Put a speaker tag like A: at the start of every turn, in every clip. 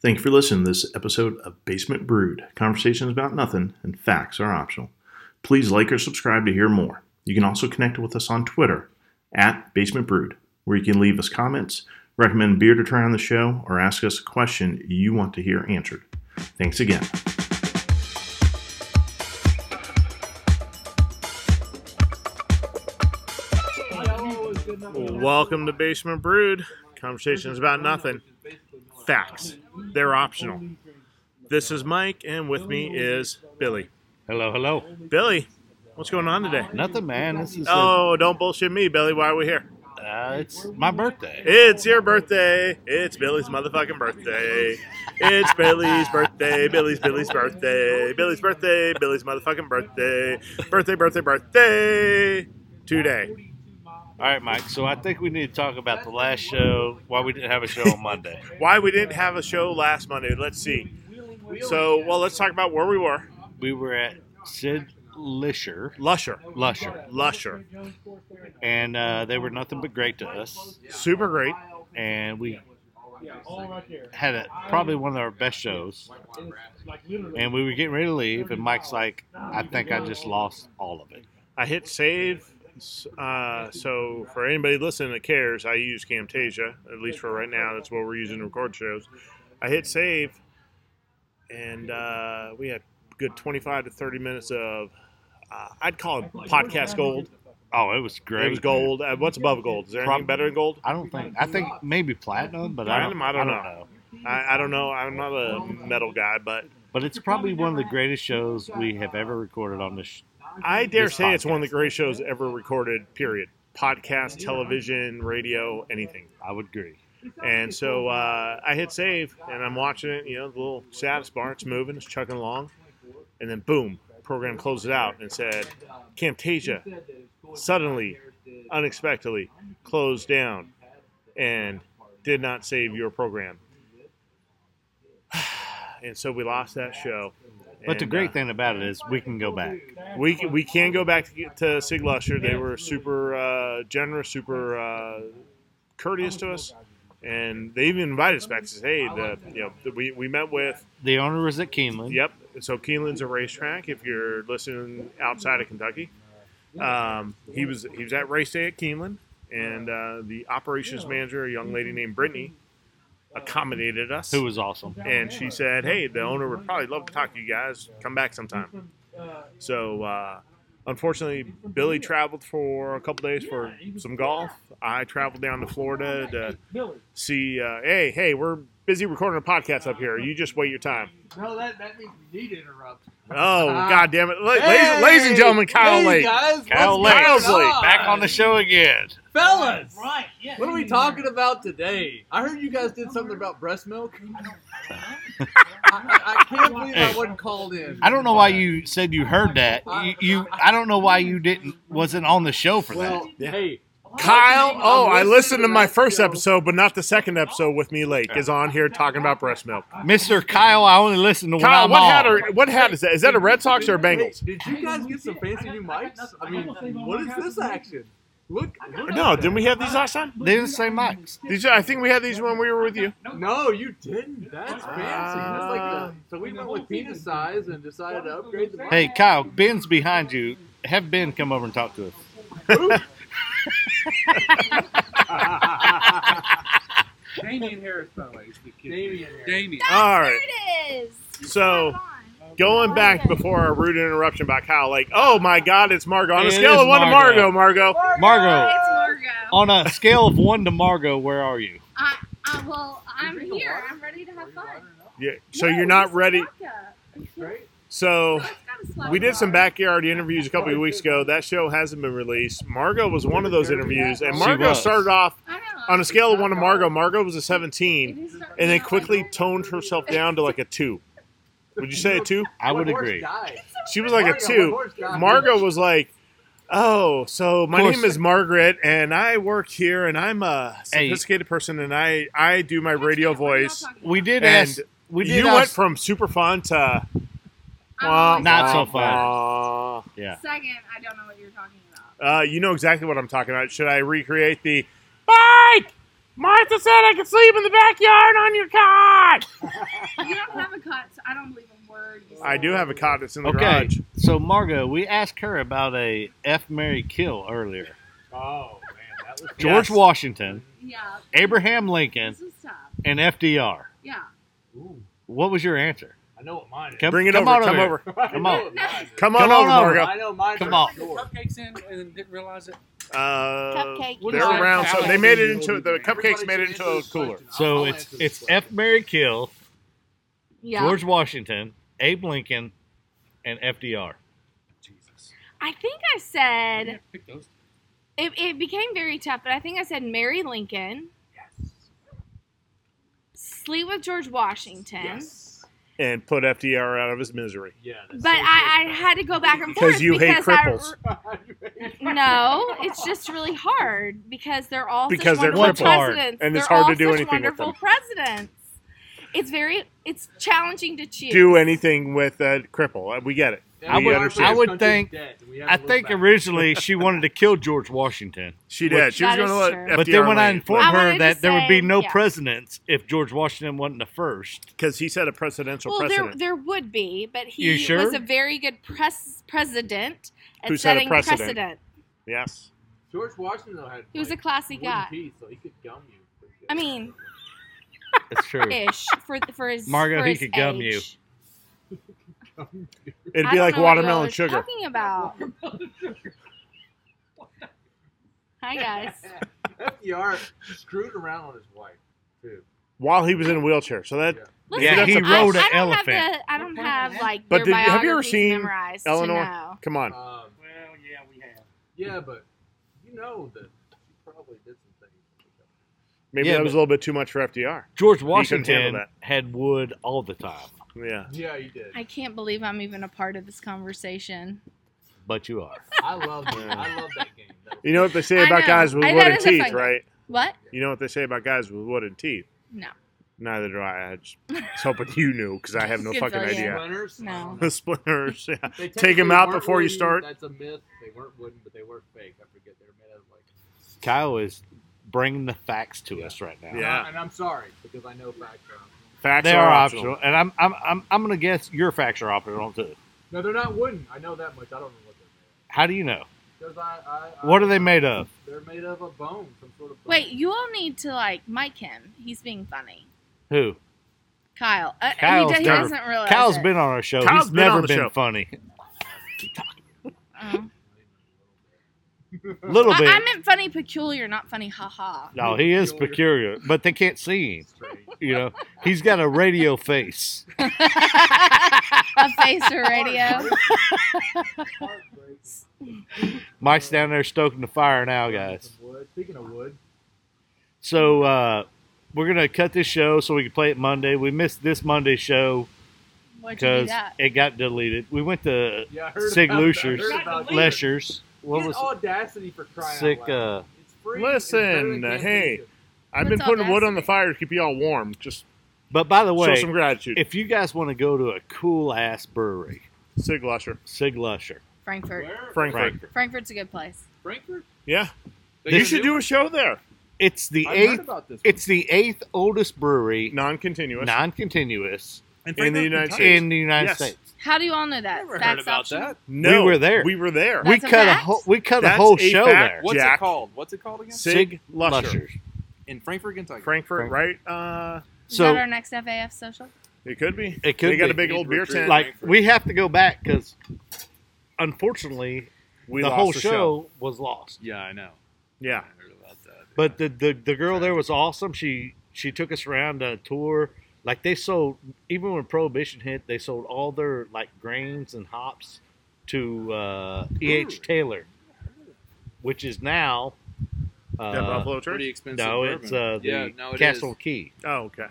A: Thank you for listening to this episode of Basement Brood Conversations about nothing and facts are optional. Please like or subscribe to hear more. You can also connect with us on Twitter at Basement Brood, where you can leave us comments, recommend beer to try on the show, or ask us a question you want to hear answered. Thanks again. Welcome to Basement Brood Conversations about nothing. Facts. They're optional. This is Mike, and with me is Billy.
B: Hello, hello.
A: Billy, what's going on today?
B: Nothing, man. This is uh
A: Oh, don't bullshit me, Billy. Why are we here?
B: uh, it's my birthday.
A: It's your birthday. It's Billy's motherfucking birthday. It's Billy's birthday. Billy's Billy's birthday. Billy's birthday. Billy's motherfucking birthday. Birthday, birthday, birthday. Today.
B: All right, Mike. So I think we need to talk about the last show. Why we didn't have a show on Monday?
A: Why we didn't have a show last Monday? Let's see. So, well, let's talk about where we were.
B: We were at Sid Lisher,
A: Lusher.
B: Lusher,
A: Lusher.
B: and uh, they were nothing but great to us.
A: Super great.
B: And we had a, probably one of our best shows. And we were getting ready to leave, and Mike's like, "I think I just lost all of it."
A: I hit save. Uh, so for anybody listening that cares, I use Camtasia at least for right now. That's what we're using to record shows. I hit save, and uh, we had a good twenty-five to thirty minutes of. Uh, I'd call it podcast gold.
B: Oh, it was great.
A: It was gold. Uh, what's above gold? Is there anything
B: Prob-
A: better than gold?
B: I don't think. I think maybe platinum, but I don't,
A: Platinum? I don't know.
B: know.
A: I, I don't know. I'm not a metal guy, but
B: But it's probably one of the greatest shows we have ever recorded on this. Sh-
A: I dare
B: This
A: say it's one of the
B: podcast.
A: greatest shows ever recorded. Period. Podcast, television, radio, anything.
B: I would agree.
A: And so uh, I hit save, and I'm watching it. You know, the little status bar, it's moving, it's chugging along, and then boom, program closed it out and said, "Camtasia suddenly, unexpectedly, closed down, and did not save your program." And so we lost that show.
B: But the
A: And,
B: great
A: uh,
B: thing about it is we can go back.
A: we can- we can go back to, to Sig Lusher. They were super uh, generous, super uh, courteous to us, and they even invited us back to say, hey, the, you know, the, we, we met with.
B: The owner was at Keeneland.
A: Yep. So Keeneland's a racetrack. If you're listening outside of Kentucky, um, he was he was at race day at Keeneland, and uh, the operations manager, a young lady named Brittany, accommodated us.
B: Who was awesome.
A: and she said, "Hey, the owner would probably love to talk to you guys. Come back sometime." So, uh, unfortunately, Billy traveled for a couple days for some golf. I traveled down to Florida to see. Uh, hey, hey, we're busy recording a podcast up here. You just wait your time.
C: No, that, that means we need interrupt.
A: Oh, god damn it, La- ladies, ladies and gentlemen, Kyle
C: hey
A: Lake.
C: Guys,
B: Kyle
C: what's
B: Lake.
A: Kyle's
C: going
A: Lake.
C: on?
B: Back on the show again.
C: Fellas,
D: Right, yeah.
C: what are we talking about today? I heard you guys did something about breast milk. I, I, I can't believe I
B: Hey.
C: wasn't called in.
B: I don't know why you said you heard that. You, you I don't know why you didn't wasn't on the show for that.
C: Well, hey,
A: Kyle, oh, I listened to my
C: that
A: first
C: show.
A: episode, but not the second episode with me. Lake is on here talking about breast milk.
B: Mr. Kyle, I only listen to when
A: Kyle,
B: I'm
A: what
B: on.
A: hat are what hat is that? Is that a Red Sox or a
C: hey,
A: Bengals?
C: did you guys get some fancy new mics? I mean, what is this action? Look, look
A: No,
C: at
A: didn't we have these last time?
B: They didn't say mics.
A: These I think we had these when we were with you.
C: that. No, you didn't. That's fancy. That's like
A: Ah.
C: the, so we went with penis size and decided to upgrade the mic.
B: Hey, Kyle, Ben's behind you. Have Ben come over and talk to us.
A: Oh.
D: Damien Harris, by the way, is the kid. Damien Harris. Damien.
A: All right.
E: There it is.
A: So, Going back before our rude interruption by Kyle, like, oh my God, it's Margot. On a
B: It
A: scale
B: is
A: of one to Margot,
B: Margot.
A: Margot.
B: Margo.
E: It's Margo.
B: On a scale of one to Margo, where are you?
E: I, I, Uh, well, I'm here. I'm ready to have fun.
A: Yeah, so
E: No,
A: you're not
E: it's
A: ready.
E: vodka.
A: So
E: It's got a slap
A: we did some
E: bar.
A: backyard interviews a couple of weeks ago. That show hasn't been released. Margot was one of those interviews, and
B: She
A: Margot
B: was.
A: started off
E: I know.
A: on a scale of one to Margot. Margot was a
E: It
A: 17,
E: is starting
A: and then
E: to-
A: quickly toned herself down to like a two. Would you say a two?
B: I
C: What
B: would
C: horse
B: agree.
C: died?
A: She was like a
C: Margo,
A: two.
C: what horse died?
A: Margot was like, "Oh, so my
B: Of course.
A: name is Margaret, and I work here, and I'm a
B: Hey.
A: sophisticated person, and I I do my
E: That's
A: radio
E: what we're not
A: voice."
E: talking about.
B: We did
A: And
B: ask. We did
A: you
B: ask,
A: went from super fun to
E: I'm
A: wah,
E: like,
B: Not so
A: wah,
B: fun.
A: wah.
B: Yeah.
E: Second, I don't know what you're talking about.
A: Uh, you know exactly what I'm talking about. Should I recreate the bite? Martha said I could sleep in the backyard on your cot.
F: You don't have a cut, so I don't believe a word you said.
A: I do have a cot that's in the
B: Okay.
A: garage.
B: So Margot, we asked her about a F Mary Kill earlier.
G: Oh man, that was
B: George Washington,
F: Yeah.
B: Abraham Lincoln,
F: This is tough.
B: and FDR.
F: Yeah.
G: Ooh,
B: What was your answer?
G: I know what mine is.
B: Come-
A: Bring it
B: come
A: over.
B: on
A: Come
B: here.
A: over.
B: Come on.
A: Come on
B: Come on
A: over,
B: over.
A: Margo.
G: I know mine.
B: Come
G: for
B: on.
G: sure.
C: Cupcakes in and didn't realize it.
A: Uh,
E: Cupcake.
A: they're
G: Wouldn't
A: around.
G: like
A: So
G: that.
A: they made it into the cupcakes made it into a cooler.
B: So it's it's F Mary Kill,
E: Yeah.
B: George Washington, Abe Lincoln, and FDR.
E: I think I said it, it became very tough, but I think I said Mary Lincoln. Sleep with George Washington.
A: and put FDR out of his misery.
G: Yeah.
E: But I, I had to go back and
A: Because
E: forth
A: you hate
E: because I-
A: cripples.
E: no, it's just really hard because they're all
A: Because
E: such
A: they're
E: wonderful
B: crippled.
E: presidents,
A: And it's
E: They're
A: hard to
E: all
A: do
E: such
A: anything with
E: Wonderful
A: them.
E: presidents. It's very it's challenging to choose.
A: Do anything with that cripple. Uh, We get it.
B: I
A: We
B: would-
A: understand.
B: I would think- I think originally she wanted to kill George Washington,
A: She did. She was
E: That
A: going to
E: is
A: let
E: true.
A: FDR
B: but then when I
E: I
B: informed
E: wanted
B: her
E: to
B: that there would be
E: say-
B: no
E: yeah.
B: presidents if George Washington wasn't the first,
A: because he said a presidential
E: well, there,
A: precedent.
E: there would be, but
B: You
E: he
B: sure?
E: was a very good press president at
A: Who set a
E: setting
A: precedent.
E: precedent.
A: Yes.
G: George Washington though had.
E: He was a
G: like,
E: classy
G: wooden
E: guy.
G: teeth, so he could gum you. for sure.
E: I mean,
B: it's true.
E: ish for for his
B: Margo,
E: for
B: he
E: his
B: could gum
E: age.
B: you.
A: It'd
E: I
A: be like
E: don't know what y'all
A: watermelon
E: are
A: sugar.
E: Talking about. Hi guys.
G: FDR screwed around on his wife too.
A: While he was in a wheelchair. So that
G: Yeah.
E: Listen,
A: Yeah, he
E: I-
B: rode
E: I,
B: an
E: don't Have
B: elephant.
E: the, I don't have like
A: But
E: their
A: did- have you ever
E: biographies
A: seen
E: memorized to
A: Eleanor?
E: know.
A: Come on.
G: Um,
C: Well, yeah, we have.
G: yeah, but you know that she probably did some things.
A: Maybe
B: Yeah,
A: that was a little bit too much for FDR.
B: George
A: handle
B: Washington
A: that.
B: had wood all the time,
A: Yeah.
G: Yeah, he did.
E: I can't believe I'm even a part of this conversation.
B: but you are.
G: I love that. I love that game. That was-
A: You know what they say
E: I
A: about
E: know.
A: guys with
E: I- that
A: wooden
E: is a fun
A: teeth,
E: game.
A: right?
E: What?
A: You know what they say about guys with wooden teeth?
E: No.
A: Neither do I. I just was hoping you knew because I have no
E: Didn't
A: fucking
E: tell you.
A: idea.
G: Splinters?
E: No.
G: I don't know.
A: The splinters. Yeah.
G: They
A: Take 'em
G: technically
A: out
G: weren't
A: before you
G: wooden.
A: start.
G: That's a myth. They weren't wooden, but they were fake. I forget. They were made out of like.
B: Kyle is bringing the facts to us right now.
A: Yeah.
G: Uh, And I'm sorry because I know facts are.
A: Facts
B: They
A: are,
B: are
A: optional.
B: optional, and I'm I'm I'm, I'm gonna guess your facts are optional too.
G: No, they're not wooden. I know that much. I don't know what they're
B: How do you know?
G: made. Of. 'Cause I, I, I,
B: What are they made of?
G: They're made of a bone, some sort of. Bone.
E: Wait, you all need to like mic him. He's being funny.
B: Who?
E: Kyle. Uh, he
B: Kyle's
E: d- he,
B: never-
E: doesn't realize.
B: Kyle's
E: it.
B: been on our show.
A: Kyle's
B: He's
A: been on
B: never
A: the
B: been
A: show.
B: funny.
E: Oh.
B: Little
E: I,
B: bit.
E: I meant funny peculiar, not funny haha.
B: no, he is peculiar, but they can't see him. You know, he's got a radio face.
E: A face or radio.
B: Mike's down there stoking the fire now, Oh, guys.
G: Some wood. Speaking of wood,
B: So uh, we're gonna cut this show so we can play it Monday. We missed this Monday show
E: Where'd you do
B: because
E: that?
B: it got deleted. We went to
G: yeah, I heard
B: Sig
G: about that.
B: Lushers.
G: I heard about that.
B: Lesher's. What
G: Get
B: was it?
G: audacity for crying
B: Sick,
G: out loud.
B: uh,
G: It's free.
A: Listen, uh,
G: it's
A: hey. I've been
E: What's
A: putting wood on the
E: audacity?
A: fire to keep y'all warm. Just
B: But by the way,
A: show some gratitude.
B: if you guys want to go to a cool ass brewery,
A: Sig Lusher,
B: Sig Lusher.
E: Frankfurt.
A: Frankfurt.
E: Frankfurt's a good place.
G: Frankfurt.
A: Yeah. you
G: They gonna
A: should
G: do
A: do a show there.
B: It's the
G: I heard
B: eighth.
G: about this.
B: It's the eighth oldest brewery,
A: Non continuous.
B: non-continuous,
A: in the United States.
B: in the United
A: Yes.
B: States.
E: How do you all know that?
C: Never heard
E: Facts
C: about
E: option?
C: that.
A: No,
B: We were there.
A: We were there.
E: That's
B: we
E: a
B: cut a
E: fact?
B: whole. We cut a
A: That's
B: whole
A: a
B: show
A: fact.
B: there.
A: What-
C: What's
A: Jack.
C: it called? What's it called again?
A: Sig Lusher.
B: Lusher's.
C: In Frankfurt, Kentucky.
A: Frankfurt, right? Uh,
E: Is
B: So-
E: that our next FAF social?
A: it could be.
B: It could
A: they got
B: be.
A: a big old beer
C: Retreat.
A: tent.
B: Like we have to go back because, unfortunately,
A: we
B: the
A: lost
B: whole
A: the
B: show, was lost.
C: Yeah, I know.
A: Yeah.
C: I heard about that.
B: But the, the the girl there was awesome. She she took us around a tour. Like they sold even when Prohibition hit, they sold all their like grains and hops to uh, E. H. Taylor, which is now uh,
A: That Buffalo
C: pretty
A: Church?
C: expensive.
B: no,
C: bourbon.
B: it's uh, the
C: yeah, no, it is.
B: Castle Key.
A: Oh, okay.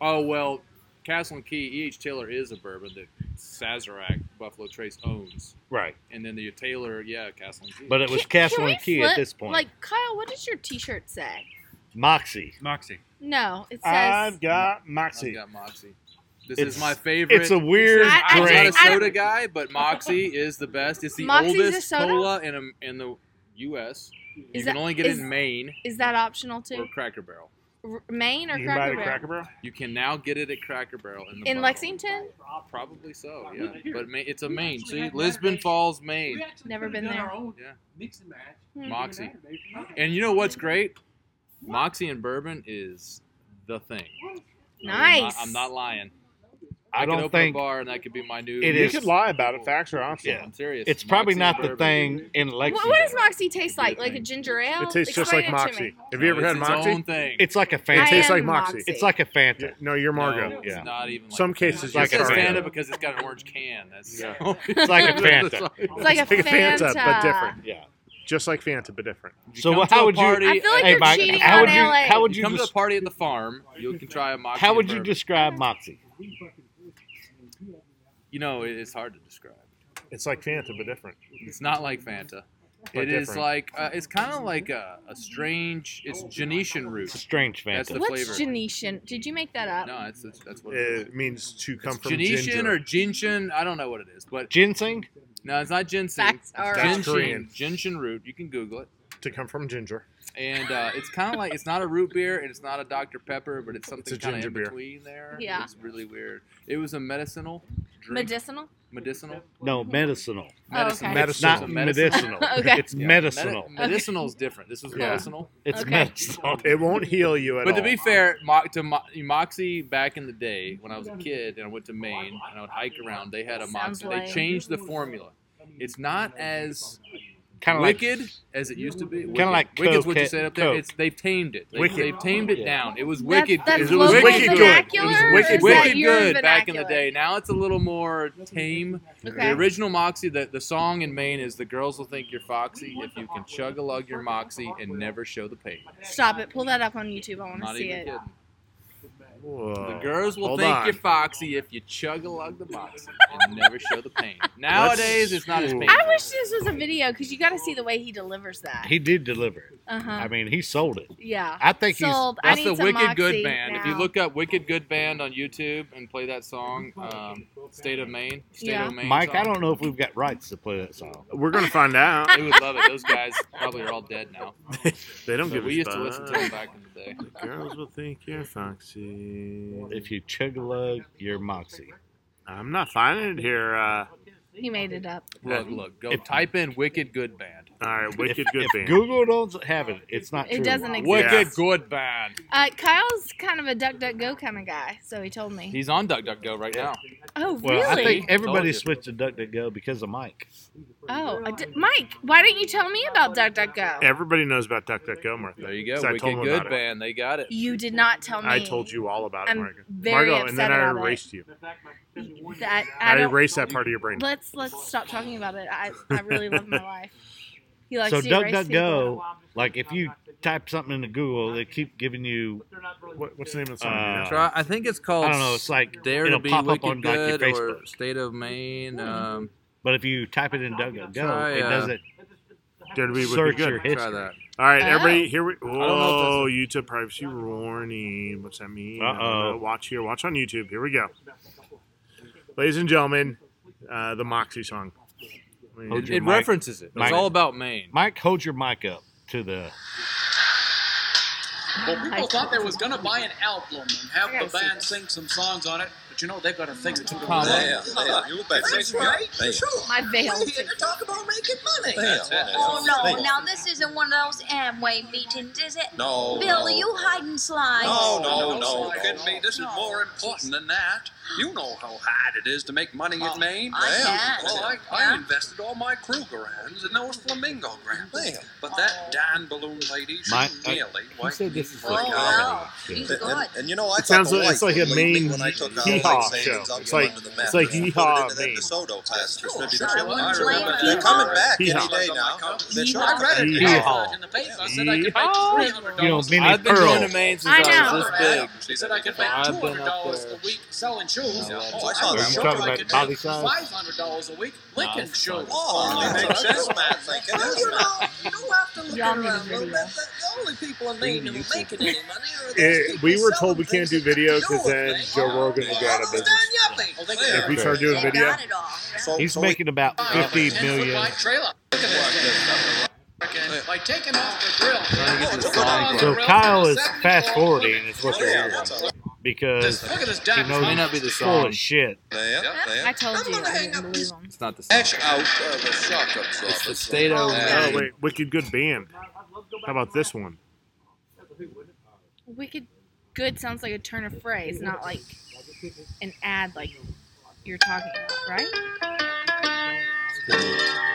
C: Oh well, Castle and Key. E. H. Taylor is a bourbon that Sazerac Buffalo Trace owns,
B: Right,
C: and then the Taylor, yeah, Castle and Key.
B: but it was
E: Can-
B: Castle
E: can we
B: and Key
E: flip-
B: at this point.
E: Like Kyle, what does your T-shirt say?
B: Moxie.
C: Moxie.
E: No, it says.
A: I've got
G: I've
A: Moxie.
G: got Moxie. This
B: It's-
G: is my favorite.
B: It's a weird
E: I- I
G: I'm not a
B: drink.
E: just- I-
G: soda guy, but Moxie is the best. It's the
E: Moxie's a
G: oldest
E: soda?
G: cola in, a, in the U.S.
C: You
E: Is
C: can
E: that-
C: only get
E: is-
C: it in Maine
E: Is that optional
C: or
E: too?
C: Cracker Barrel.
E: R- Maine or
A: You can buy
E: Cracker
A: the
E: Barrel?
A: Cracker Barrel?
C: You can now get it at Cracker Barrel in, the
E: in
C: bottle.
E: Lexington?
C: Probably so,
G: Right,
C: yeah.
G: here.
C: But ma- it's a
G: We
C: Maine.
G: actually
C: See,
G: had
C: Lisbon
G: Maine.
C: Falls, Maine.
G: We actually
E: Never
G: could've
E: been
G: done
E: there.
G: Our own
C: Yeah.
G: Mix and match.
E: Hmm.
C: Moxie.
G: Saturday for Monday.
C: And you know what's great? Moxie and bourbon is the thing. I'm not,
E: Nice.
C: I'm not lying.
B: I
C: could
B: don't
C: open
B: think-
C: a bar and that could be my new.
B: It
A: you
B: is-
A: could lie about it. Facts are optional.
B: Yeah.
C: I'm serious.
B: It's probably
C: Moxie
B: not
C: and
B: the
C: bourbon.
B: thing in
E: What,
B: Lexington.
E: what does Moxie taste like? Like a
C: Everything.
E: ginger ale?
A: It tastes just
E: Explain
A: like
E: it to me.
A: Moxie. Have you ever
C: No,
A: had
C: it's Its own
A: Moxie?
C: thing.
B: It's like a
E: I
A: It
B: Fanta.
A: tastes
E: am
A: like Moxie.
B: It's like a Fanta.
A: No, you're Margo.
C: No,
B: Yeah.
C: It's not even. Like
A: Some
C: a Fanta.
A: cases
C: It's
B: you're
C: like a
B: Fanta.
C: Fanta because it's got an orange can. That's
A: Yeah.
E: It's
B: like a Fanta.
E: It's like a
A: It's like a Fanta,
E: Fanta,
A: but different.
B: Yeah.
A: Just like Fanta, but different.
B: So how would you-
E: I feel like
B: Hey,
E: you're
B: Mike,
E: cheating
B: how
E: on
B: would you-
E: LA.
B: how would
C: you,
B: you
C: come to
B: just-
C: a party at the farm, you can try a Moxie.
B: How would
C: and
B: you
C: bourbon.
B: describe Moxie?
C: You know, it- it's hard to describe.
A: It's like Fanta, but different.
C: It's not like Fanta.
A: But
C: It is
A: different.
C: like uh, it's kind of like a, a strange. It's Genetian
B: It's a
C: root.
B: strange
C: That's
B: Fanta.
C: the flavor.
E: What's Genetian? Did you make that up?
C: No, it's, it's that's what. it is.
A: It means to come
C: It's
A: from
C: Genetian
A: ginger.
C: or ginseng. I don't know what it is, but
B: Ginseng?
C: no, it's not ginseng.
E: Facts
C: It's
E: are
A: That's
C: ginseng,
A: Korean.
C: ginseng root. You can Google it,
A: to come from ginger.
C: and uh, it's kind of like it's not a root beer and it's not a Dr Pepper, but it's something
A: a
C: kind of
A: ginger
C: in
A: beer.
C: between there.
E: Yeah.
C: it's really weird. It was a medicinal drink.
E: Medicinal?
C: medicinal.
B: No, medicinal.
E: Oh, okay.
B: It's
A: Medicinal.
B: not
C: It's a medicinal.
B: medicinal.
E: Okay.
B: It's
C: Yeah.
B: medicinal.
C: Medi- medicinal is different. This was
A: Yeah.
C: medicinal.
B: It's
E: Okay.
B: medicinal.
A: It won't heal you at
C: Oh. But
A: all.
C: to be fair, Mo- to Mo- Moxie back in the day when I was a kid and I went to Maine and I would hike around, they had a
E: Sounds
C: Moxie.
E: lame.
C: They changed the formula. It's not as
B: Kind of like
C: wicked as it used to be. Kind
B: like
C: wicked's
B: Coke,
C: what you said up there.
B: Coke.
C: It's they've tamed it. They,
A: Wicked.
C: They've tamed it down. It was
E: That's-
C: wicked.
E: that's
C: it was
E: local
C: wicked
E: vernacular,
A: or
C: good. It was wicked,
A: is that
C: wicked
E: your
C: good back in the
E: vernacular?
C: day. Now it's a little more tame.
E: Okay.
C: The original Moxie, the, the song in Maine is "The girls will think you're foxy if you can chug a lug your Moxie and never show the pain."
E: Stop it. Pull that up on YouTube. I
C: I'm
E: want to
C: not
E: see
C: even
E: it.
C: kidding.
A: Whoa.
C: The girls will
A: Hold
C: think
A: on.
C: you're foxy if you chug a lug the box and never show the pain. Nowadays, it's not as
A: Ooh.
C: painful.
E: I wish this was a video because you got to see the way he delivers that.
B: he did deliver it.
E: Uh huh.
B: I mean, he sold it.
E: yeah.
B: I think he's
E: Sold. I
C: That's
E: need
C: the
E: some
C: Wicked
E: Moxie
C: Good Band. If you
E: now.
C: look up Wicked Good Band on YouTube and play that song, um, State of Maine, State
E: Yeah.
C: of Maine.
B: Mike,
C: song,
B: I don't know if we've got rights to play that song.
A: We're gonna find out.
C: They would love it. Those guys probably are all dead now.
A: They don't
C: So
A: give
C: we
A: a
C: used to
A: fuck.
C: listen to them back in the day.
A: The girls will think you're foxy.
B: If you chug a lug, you're Moxie.
A: I'm not finding it here. Uh,
E: He made it up.
C: Look, look, go
A: If-
C: type in Wicked Good Band.
A: all right, wicked
B: if,
A: good
B: if
A: band.
B: Google doesn't have it, it's not
E: It
B: true.
E: doesn't exist.
C: Wicked Good Band.
E: Uh, Kyle's kind of a duck, duck, go kind of guy, so he told me.
C: He's on DuckDuckGo right now.
E: Oh,
B: Well,
E: really?
B: I think
C: Told
B: everybody
C: you.
B: switched to DuckDuckGo because of Mike.
E: oh, I did- Mike, why didn't you tell me about duck, duck, go?
A: Everybody knows about DuckDuckGo, Martha.
C: There you go.
A: 'Cause I told
C: Wicked
A: them
C: Good
A: about it.
C: Band. They got it.
E: You did not tell me.
A: I told you all about it,
E: I'm
A: Margo.
E: very
A: Margo, and then
E: upset
A: I
E: about it.
A: erased you.
E: that. I
A: I,
E: don't,
A: erased that part of your brain.
E: let's let's stop talking about it. I, I really love my life. He likes
B: So
E: to erase people.
B: DuckDuckGo, like if you type something into Google, they keep giving you.
A: What, what's the name of the
B: Uh,
A: song?
C: Try, I think it's called.
B: I don't know. It's like
C: Dare
B: it'll
C: to be
B: pop
C: wicked
B: up on like your
C: good or
B: Facebook.
C: state of Maine. Um,
B: But if you type it in DuckDuckGo,
C: Try,
B: it
C: uh,
B: does it.
A: Dare to be wicked
B: Search your
A: good.
B: history.
C: try that.
A: All right,
E: Oh.
A: everybody, here we.
C: know
A: Whoa, YouTube privacy warning. What's that mean?
B: Uh-oh.
A: I don't know. Watch here. Watch on YouTube. Here we go. Ladies and gentlemen, uh, the Moxie song. I mean,
B: Hold
C: It,
B: your
C: it
B: mic.
C: references it. It's
B: Mic.
C: all about Maine.
B: Mike, hold your mic up to the.
D: Well, people thought they was going to buy an album and have
E: I gotta
D: the
E: see
D: band
E: this.
D: sing some songs on it, but you know they've got a thing or two to
C: Comma.
D: do.
H: Yeah, yeah, you bet.
I: That's right. Sure.
E: My veil.
I: We're here to talk about making money.
D: That's it.
I: Oh no! Now this isn't one of those Amway meetings, is it?
H: No.
I: Bill, are
H: no.
I: you hiding slides?
E: Oh,
H: No, no, no.
D: no,
H: no,
D: it couldn't be.
H: This is more
D: important than that. You know how hard it is to make money in Maine.
I: I
H: Yeah.
I: can.
D: Well, I,
I: Yeah.
D: I invested all my Krugerrands and those flamingo grams.
H: Damn.
D: But that Dan balloon lady, she
B: My- I-
D: really
B: He
D: wiped
B: said
D: me
B: this is
D: for
B: like
I: Oh,
D: God.
I: wow.
B: comedy.
I: He's
H: And,
I: good.
H: and, and you know,
A: It
H: I thought
A: sounds
H: the
A: like-
H: wife
A: it's like a
H: believed
A: Maine
H: me when I took out
A: hee-haw
H: all the savings
A: show.
H: I'll
A: It's
H: give
A: like-
H: under the
A: it's
H: mattress
A: like
H: and
A: hee-haw
H: put it in
A: Maine.
H: that DeSoto past distributed
I: sure, I
H: to the
I: wouldn't
H: buyers.
I: blame her.
H: They're coming back
A: Hee-haw.
H: any day now. They're
E: Hee-haw.
H: showing credit.
D: Read
A: Hee-haw.
D: it in the paper. I said I could make $300
B: You know, many
C: I've been
B: pearls.
C: going to Maine since
E: I
C: I,
E: know.
C: was this big.
D: She said I could make
C: I've
D: two
C: been
D: hundred
C: up
D: dollars
C: there.
D: a week selling shoes.
C: Yeah,
D: oh,
H: that's
D: I
H: awesome.
D: was sure
B: Talking
D: I
B: about
D: could
B: body
D: make
B: size?
D: five hundred dollars a week licking
C: that's
D: shoes.
H: Oh, that makes sense, man. Like, it
I: Well,
H: is
I: you
H: now.
I: know, you have to look
E: Y'all need a
I: around a little bit.
E: video.
I: The the only people in Maine who are making any money are those
A: Eh,
I: people
A: we were
I: selling
A: told we can't
I: things
A: do
I: that
A: video
I: have to
A: because
I: do with
A: then
I: things.
A: Joe Rogan will go out of
I: Almost
A: business.
I: done yuppie.
D: Oh, they
H: Yeah.
A: If we
D: could-
A: start doing
I: They
A: video,
I: got it all.
H: So,
B: He's
H: so
B: making about
D: Buy a
B: fifty
D: 10 foot
B: million.
D: wide trailer. Look at this.
G: Fucking, Like taking off the grill.
C: Trying to get
G: Oh,
C: this
G: took it off
C: slide
G: the
B: So
C: going.
G: grill
B: Kyle
G: from
B: is
G: the 70
B: fast
G: all
B: forwarding
G: the way-
B: is what
G: Oh,
B: you're
G: yeah,
B: hearing
G: that's all.
B: because
G: Just look at this
B: he
G: diamond.
B: knows
C: Might not be
B: he's
C: the
B: full
C: song.
B: of shit.
G: There, there.
E: I told you.
G: I'm gonna
E: I
G: hang
E: didn't
G: up
E: believe
G: this
E: him.
C: It's not the song.
G: edge out of the shock absorber.
C: It's the state of-
G: Yeah.
A: Oh wait, wicked good band. How about this one?
E: Wicked good sounds like a turn of phrase, not like an ad like you're talking about, right?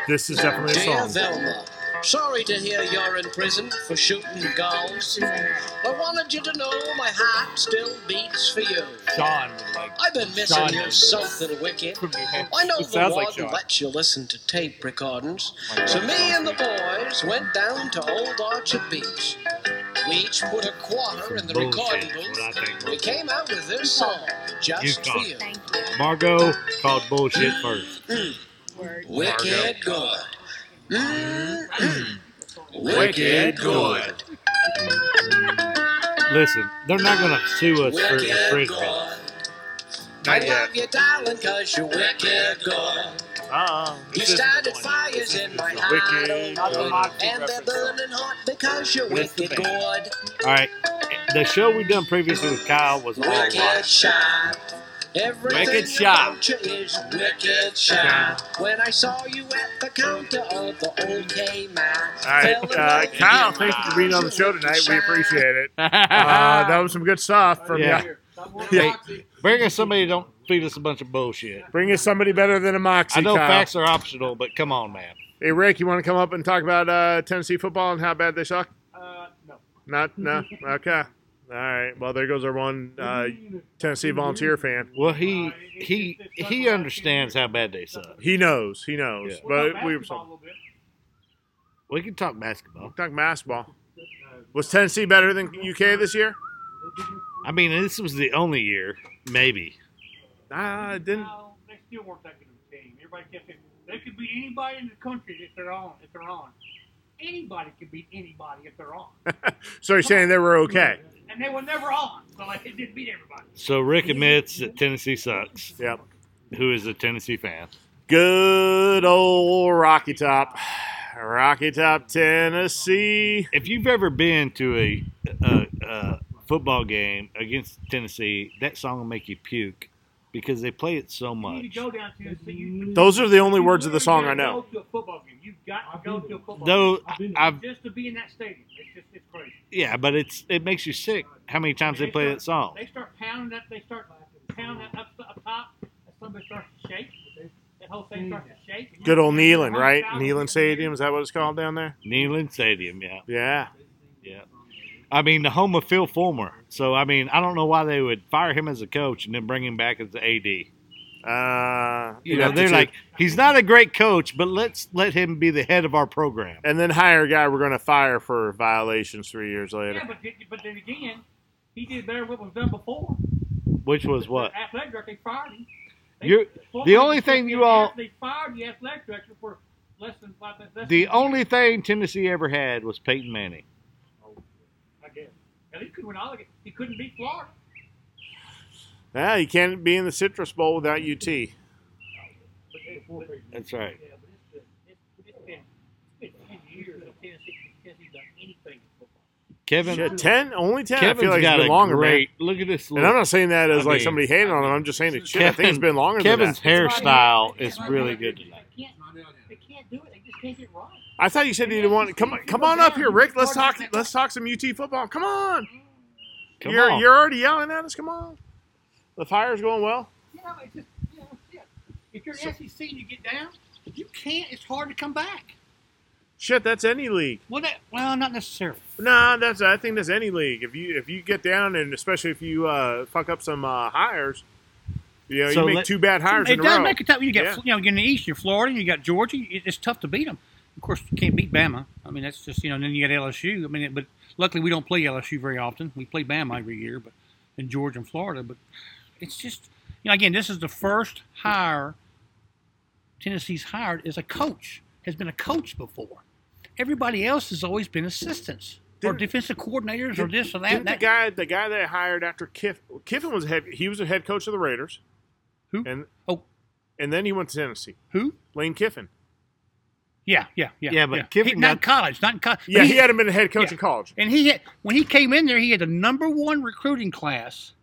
A: This is definitely
G: Dear
A: a song.
G: Velma, sorry to hear you're in prison for shooting gulls. I wanted you to know my heart still beats for you.
C: Sean would like.
G: I've been missing
C: Sean
G: your
C: is-
G: something wicked. I know
C: It
G: the
C: sounds like Oh
G: warden
C: Sean.
G: lets you listen to tape recordings. So me and the boys went down to Old Orchard Beach. We each put a quarter in the
B: Bullshit
G: recording
B: is
G: booth.
B: what I think
G: We
B: was-
G: came out with this song, Just
B: Yukon.
G: for You.
E: Thank you.
B: Margot called bullshit first.
E: Word.
G: Wicked good. Mm-hmm. Mm-mm. Wicked good.
B: Listen, they're not gonna sue us for
G: Wicked good.
B: infringement.
G: I love you, darling, cause you're wicked good.
A: Ah,
G: You
A: this is
G: started fires in my heart,
A: wicked.
G: oh,
A: good.
G: Lord, and they're burning hot because you're
C: With the
G: wicked good.
B: All right, the show we done previously with Kyle was all
G: Wicked
B: live.
G: shot. Everything
C: Wicked shot.
G: about you is wicked shot. When I saw you at the counter of the old Kmart.
A: All right,
G: fell in
A: uh,
G: love with
A: Kyle,
G: you.
A: thank you for being on the show tonight. We appreciate it. Uh, that
C: That's
A: was some good stuff from
B: Yeah.
A: you.
B: Hey, bring us somebody that don't feed us a bunch of bullshit.
A: Bring us somebody better than a Moxie,
B: I know
A: Kyle.
B: facts are optional, but come on, man.
A: Hey, Rick, you want to come up and talk about uh, Tennessee football and how bad they suck?
D: Uh, no.
A: Not, no. Okay. All right. Well, there goes our one uh, Tennessee Volunteer fan.
B: Well, he he he understands how bad they suck.
A: He knows. He knows.
B: Yeah.
A: But we were
D: Basketball a
A: talking
D: little bit.
B: We can talk basketball.
A: basketball. Was Tennessee better than UK this year?
B: I mean, this was the only year, maybe.
A: Ah, it didn't.
D: No, they still weren't that good of a team. Everybody kept it. They could beat anybody in the country if they're on. If they're on, anybody could beat anybody if they're on.
A: So you're saying they were okay?
D: And they were never on, so like, it didn't beat everybody.
B: So Rick admits that Tennessee sucks.
A: Yep.
B: Who is a Tennessee fan?
A: Good old Rocky Top. Rocky Top, Tennessee.
B: If you've ever been to a, a, a football game against Tennessee, that song will make you puke because they play it so
D: You need
B: much.
D: to go down to so you.
A: Those are the only words of the song I
D: Go
A: know.
D: to a football game. You've got to go to a football
B: Though
D: game.
B: I- I've
D: just to be in that stadium. It's just it's crazy.
B: yeah, but it's it makes you sick how many times they play that song.
D: They start pounding that. They start pounding that up, up top. And somebody starts to shake. That whole thing starts to shake. and you-
A: Good old Neyland, right? Neyland Stadium. Is that what it's called down there?
B: Neyland Stadium, yeah,
A: Yeah.
B: yeah. I mean the home of Phil Fulmer. So I mean I don't know why they would fire him as a coach and then bring him back as the AD.
A: Uh,
B: You
A: you'd
B: know
A: have to
B: they're
A: see.
B: like he's not a great coach, but let's let him be the head of our program.
A: and then hire a guy we're going to fire for violations three years later.
D: Yeah, but, did- but then again, he did better what was done before.
B: Which was what?
D: The athletic director, they fired him. They-
B: You're
D: Well,
B: the
D: they-
B: only thing you all
D: They fired the athletic director for less than five minutes. less
B: the
D: than-
B: only thing Tennessee ever had was Peyton Manning.
D: I guess. At least he could win all the games. He couldn't beat Florida.
A: Yeah, you can't be in the Citrus Bowl without UT.
D: But they- but-
B: That's right.
D: Yeah, but it's been, it's, it's been, it's been 10 years of Tennessee. Tennessee done anything in football.
B: Kevin
A: Shit, ten, only ten. I
B: Kevin's
A: feel like it's
B: got
A: been
B: a
A: longer,
B: great look at this
A: man. And I'm
B: look.
A: not saying that as
B: I
A: like
B: mean-
A: somebody hating on him. I'm just saying it. Shit, I think it's
B: Kevin-
A: been longer
B: Kevin's
A: than that.
B: hairstyle is really good
D: They
B: tonight.
D: can't, they can't do it. They just can't get it right.
A: I thought you said you didn't want. Come on, come on up here, Rick. Let's talk. Let's talk some UT football. Come on.
B: Come
A: you're
B: on.
A: you're already yelling at us. Come on. The fire's going well.
D: You know, it's just, you know, yeah. If you're an SEC and you get down, you can't. It's hard to come back.
A: Shit, that's any league.
D: Well, that, well, not necessarily.
A: Nah, that's I think that's any league. If you if you get down and especially if you uh, fuck up some uh, hires, you know
B: So
A: you make
B: let-
A: two bad hires
D: It
A: in a row.
D: does make it tough. You got
A: Yeah.
D: you know, you're in the East, you're Florida, you got Georgia. it- It's tough to beat them. Of course, you can't beat Bama. I mean, that's just you know. And then you got LSU. I mean, it- but luckily we don't play LSU very often. We play Bama every year, but in Georgia and Florida. But it's just you know, again, this is the first hire Tennessee's hired is a coach. Has been a coach before. Everybody else has always been assistants or
A: Didn't-
D: defensive coordinators or this or that.
A: Didn't
D: and
A: the
D: that.
A: guy the guy they hired after Kiff, Kiffin was head, he was a head coach of the Raiders.
D: Who?
A: And
D: Oh.
A: and then he went to Tennessee.
D: Who?
A: Lane Kiffin.
G: Yeah, yeah, yeah.
B: Yeah, but
G: He-
B: Kiffin
G: not in
B: got-
G: college, not in college.
A: Yeah, he hadn't been a head coach in college.
G: And he had when he came in there, he had the number one recruiting class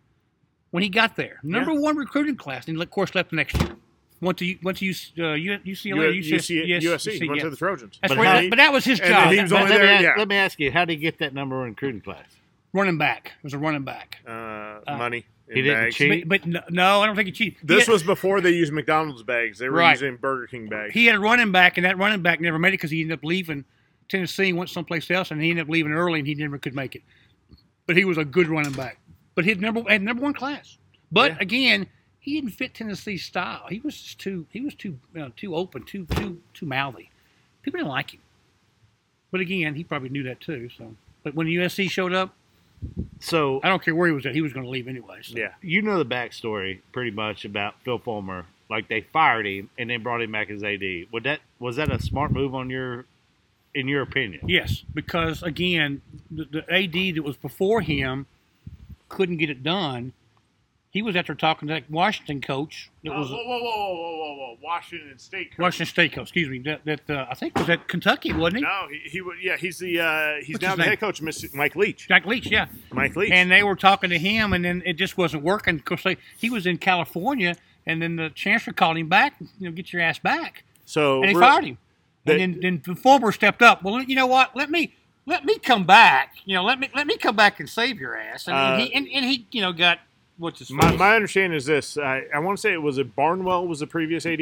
G: when he got there. Number one recruiting class, and of course left the next year. Went to U- went to UC, uh, U- UCLA,
A: U-
G: UCS,
A: UC
G: yes,
A: USC. He went to the Trojans.
G: That's
B: But
G: where-
B: how
G: that-
B: he-
G: but that was his
A: and
G: job.
A: then he was
G: That-
A: only
B: let,
A: there-
B: me ask,
A: yeah.
B: let me ask you, how did he get that number one recruiting class?
G: running back. It was a running back.
A: Uh, money. in
B: he didn't
A: bags.
B: cheat?
G: But, but no, no, I don't think he cheated. He
A: This
G: had-
A: was before they used McDonald's bags. They were
G: Right.
A: using Burger King bags.
G: he had a running back, and that running back never made it because he ended up leaving Tennessee and went someplace else, and he ended up leaving early, and he never could make it. But he was a good running back. But he had number had number one class. But again, he didn't fit Tennessee's style. He was just too he was too you know, too open, too too too mouthy. People didn't like him. But again, he probably knew that too. So, but when USC showed up,
B: So
G: I don't care where he was at, he was going to leave anyway. So.
A: yeah.
B: you know the backstory pretty much about Phil Fulmer. Like they fired him and then brought him back as AD. Would that was that a smart move on your, in your opinion?
G: Yes, because again, the, the AD that was before him couldn't get it done. He was after talking to that Washington coach. That was
A: whoa, whoa, whoa, whoa, whoa! Washington State.
G: Washington State coach. Excuse me. That, that uh, I think was at Kentucky, wasn't he?
A: No, he, he wa- yeah, he's the uh, he's
G: What's
A: now
G: his
A: the
G: name?
A: head coach, of Miss- Mike Leach.
G: Jack Leach, yeah.
A: Mike Leach.
G: And they were talking to him, and then it just wasn't working. Of course, they, he was in California, and then the chancellor called him back. You know, get your ass back,
A: so
G: and he
A: we're-
G: fired him.
A: They-
G: and then, then Fulmer stepped up. Well, you know what? Let me let me come back. You know, let me let me come back and save your ass. And,
A: Uh,
G: he, and, and he, you know, got what's his
A: My,
G: face?
A: my understanding is this: I, I want to say it was a Barnwell was the previous AD.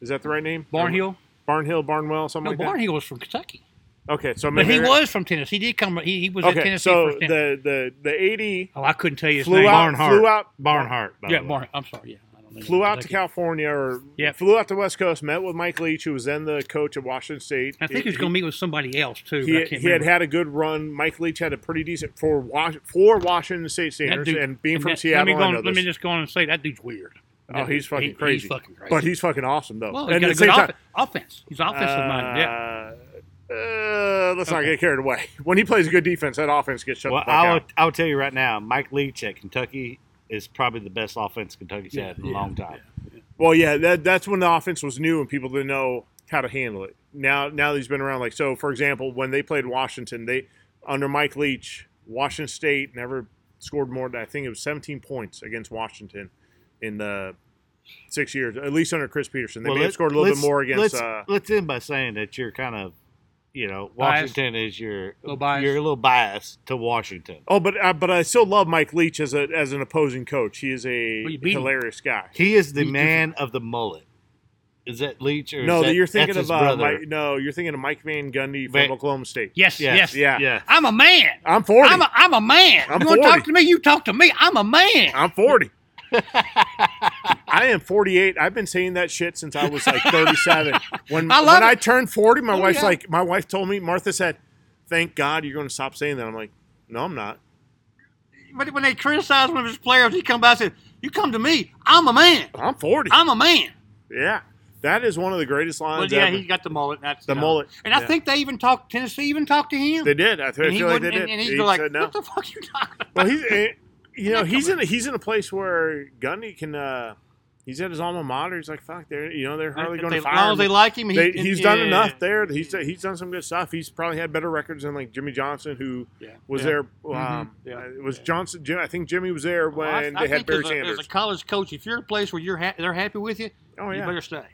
A: Is that the right name?
G: Barnhill.
A: Barnhill, Barnwell, something
G: No,
A: like
G: Barnhill was from Kentucky,
A: that. Okay, so I mean,
G: but he was from Tennessee. He did come. He, he was at
A: Okay,
G: Tennessee
A: so
G: for ten-
A: the the the AD
G: Oh, I couldn't tell you his
A: flew
G: name.
A: out,
G: Barnhart.
A: flew out,
B: Barnhart. By
G: Yeah,
B: the way.
G: Barnhart. I'm sorry. Yeah, I don't know.
A: flew out to
G: Kentucky.
A: California or
G: Yeah.
A: flew out to West Coast, met with Mike Leach, who was then the coach of Washington State.
G: I think he was going to meet with somebody else too. but
A: He,
G: I can't
A: he had
G: remember.
A: had a good run. Mike Leach had a pretty decent for Wash, for Washington State
G: That
A: standards,
G: dude-
A: and being from
G: that-
A: Seattle,
G: Let me, go
A: I
G: on-
A: know
G: let me
A: this.
G: just go on and say that dude's weird.
A: oh, he's fucking
G: He-
A: crazy.
G: He's fucking crazy.
A: But he's fucking awesome though.
G: well,
A: And at
G: he's got a
A: the
G: good
A: same
G: off-
A: time-
G: offense. He's offensive minded. Yeah.
A: Uh, uh, let's not
G: Okay.
A: get carried away. When he plays a good defense, that offense gets shut
B: Well,
A: the fuck
B: I will.
A: out.
B: I will tell you right now, Mike Leach at Kentucky is probably the best offense Kentucky's
G: Yeah,
B: had in a
G: yeah,
B: long time.
A: Well, yeah, that, that's when the offense was new and people didn't know how to handle it. Now, now that he's been around, like so, for example, when they played Washington, they under Mike Leach, Washington State never scored more. than I think it was 17 points against Washington in the six years, at least under Chris Peterson. They may have
B: let-
A: scored a little bit
B: let's-
A: more against.
B: Let's,
A: Uh,
B: let's end by saying that you're kind of, you know,
G: Biased?
B: Washington is your
G: Little biased?
B: you're a little biased to Washington.
A: oh, but uh, but I still love Mike Leach as a as an opposing coach. He is a
G: Well, you beat him.
A: hilarious guy.
B: He is the
G: He-
B: man of the mullet. Is that Leach or
A: No,
B: is that,
A: you're thinking
B: that's
A: of
B: his
A: uh,
B: brother?
A: Mike, no, you're thinking of Mike Van Gundy from
B: Van-
A: Oklahoma State.
G: Yes. Yes.
A: yeah.
B: yeah.
G: I'm a man.
A: I'm 40.
G: I'm a, I'm a man.
A: I'm
G: you want to
A: 40.
G: talk to me? You talk to me. I'm a man.
A: I'm 40. I am 48. I've been saying that shit since I was like 37. When
G: I
A: when
G: love it.
A: I turned 40, my
G: Oh,
A: wife's
G: yeah.
A: like, my wife told me, Martha said, "Thank God you're going to stop saying that." I'm like, "No, I'm not."
G: But when they criticize one of his players, he come by and said, "You come to me. I'm a man.
A: I'm 40.
G: I'm a man."
A: yeah, that is one of the greatest
G: Well,
A: lines
G: yeah,
A: ever.
G: he's got the mullet. That's
A: The
G: you know.
A: mullet,
G: And I
A: yeah.
G: think they even talked. Tennessee even talked to him.
A: they did. I, feel-
G: and
A: I
G: he
A: feel like they
G: wouldn't-
A: did.
G: And, and he's
A: he
G: like,
A: said no.
G: "What the fuck you talking about?"
A: Well, he's eh, you know he's in a, he's in a place where Gundy can. uh He's at his alma mater. He's like, "Fuck, they're you know they're hardly
G: If
A: going
G: they-
A: to
G: as
A: fire
G: long
A: him.
G: as they like him, he,
A: They,
G: and-
A: he's done
G: yeah.
A: enough there. He's he's done some good stuff. He's probably had better records than like Jimmy Johnson, who
G: Yeah.
A: was
G: Yeah. Mm-hmm.
A: there. Um, It was Johnson. Jim, I think Jimmy was there when
G: Well, I- I
A: they had
G: think
A: Barry
G: as a-
A: Sanders.
G: As a college coach, if you're at a place where you're ha- they're happy with you,
A: oh
G: you
A: yeah,
G: better stay.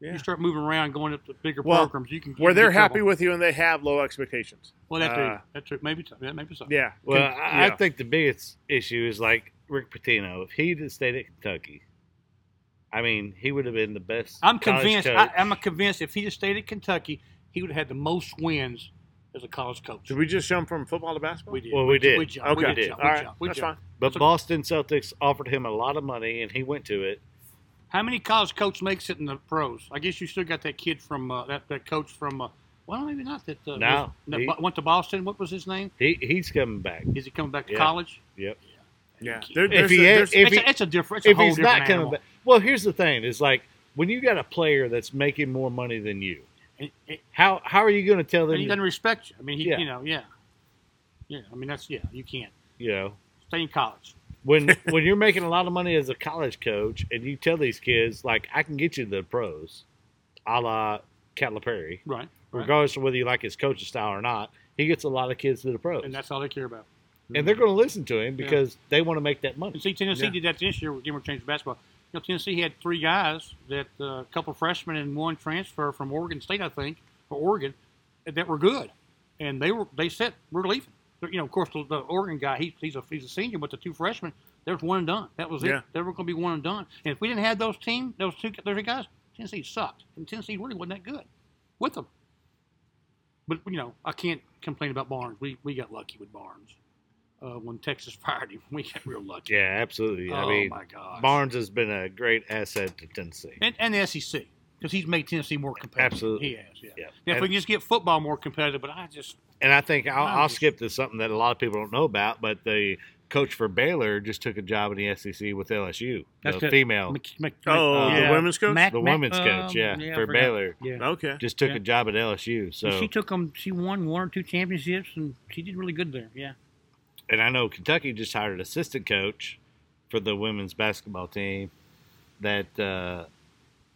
A: Yeah.
G: You start moving around, going up to bigger
A: Well,
G: programs. You can you
A: where
G: can
A: they're
G: get
A: happy
G: trouble.
A: with you and they have low expectations.
G: Well, that's
A: uh,
G: true. That's true. Maybe so. Yeah, maybe so.
A: Yeah.
B: Well,
A: Con-
G: uh,
B: I,
A: yeah.
B: I think the biggest issue is like Rick Pitino. If he had stayed at Kentucky, I mean, he would have been the best.
G: I'm
B: college
G: convinced.
B: coach.
G: I, I'm convinced if he had stayed at Kentucky, he would have had the most wins as a college coach.
A: Did we just jump from football to basketball?
G: We did.
B: Well, we did.
G: We jumped.
A: Okay.
G: We did. jump,
A: All
G: we
A: right.
G: jumped, we
A: That's
G: jumped.
B: but Boston Celtics offered him a lot of money, and he went to it.
G: How many college coach makes it in the pros? I guess you still got that kid from uh, that that coach from. Uh, well, maybe not that. Uh,
B: No,
G: was-
B: he-
G: that went to Boston. What was his name?
B: He he's coming back.
G: Is he coming back to
B: Yeah.
G: college?
B: Yep.
A: Yeah.
G: If
A: There-
B: If
A: there's
B: he
A: a-
B: is,
A: there's-
B: if
G: it's,
B: he,
G: a, it's a different. It's
B: if
G: a whole
B: he's
G: different
B: not coming
G: animal.
B: back, well, here's the thing: is like when you got a player that's making more money than you,
G: And- and-
B: how how are you going to tell them?
G: and he
B: that-
G: doesn't respect you. I mean, he,
B: Yeah.
G: you know, yeah, yeah. I mean, that's yeah. You can't
B: you know,
G: stay in college.
B: when when you're making a lot of money as a college coach, and you tell these kids like, I can get you to the pros, a la Calipari,
G: Right.
B: regardless of whether you like his coaching style or not. He gets a lot of kids to the pros,
G: And
B: and,
G: that's all they care about.
B: they're going to listen to him
G: Yeah.
B: because they want to make that money.
G: And see, Tennessee
B: Yeah.
G: did that this year with Jimmer Change basketball. You know, Tennessee had three guys that uh, a couple freshmen and one transfer from Oregon State, I think, or Oregon, that were good, and they were they said we're leaving. So, You know, of course, the, the Oregon guy he, he's a he's a senior, but the two freshmen there was one and done. That was it.
A: Yeah.
G: They were going to be one and done. And if we didn't have those team, those two, those three guys, Tennessee sucked, and Tennessee really wasn't that good with them. But you know, I can't complain about Barnes. We we got lucky with Barnes uh, when Texas fired him. We got real lucky.
B: Yeah, absolutely. I
G: Oh,
B: mean,
G: my gosh.
B: Barnes has been a great asset to Tennessee.
G: and, and the SEC because he's made Tennessee more competitive.
B: Absolutely.
G: he has. Yeah.
B: Yeah.
G: Now, if we
B: And,
G: can just get football more competitive, but I just
B: and I think I'll, I'll
G: Nice.
B: skip to something that a lot of people don't know about, but the coach for Baylor just took a job in the SEC with LSU. the
G: it.
B: female.
G: Mc- Mc- uh,
A: Oh,
B: Yeah.
A: the women's coach.
G: Mac-
B: the
G: Mac-
B: women's
G: um,
B: coach, yeah,
G: I
B: for
G: forgot.
B: Baylor.
G: Yeah.
A: Okay.
B: Just took
G: Yeah.
B: a job at LSU. So,
G: And she took them. She won one or two championships, and she did really good there. Yeah.
B: and I know Kentucky just hired an assistant coach for the women's basketball team. That uh,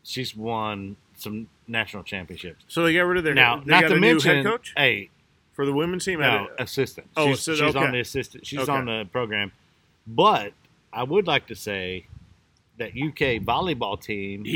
B: she's won some national championships.
A: So they got rid of their
B: Now,
A: they
B: not
A: got
B: to
A: a
B: mention,
A: new head coach
B: hey,
A: for the women's team.
B: no,
A: Had it-
B: assistant.
A: Oh,
B: she's,
A: assist-
B: she's on
A: okay.
B: the assistant. She's
A: Okay.
B: on the program. But I would like to say that UK volleyball team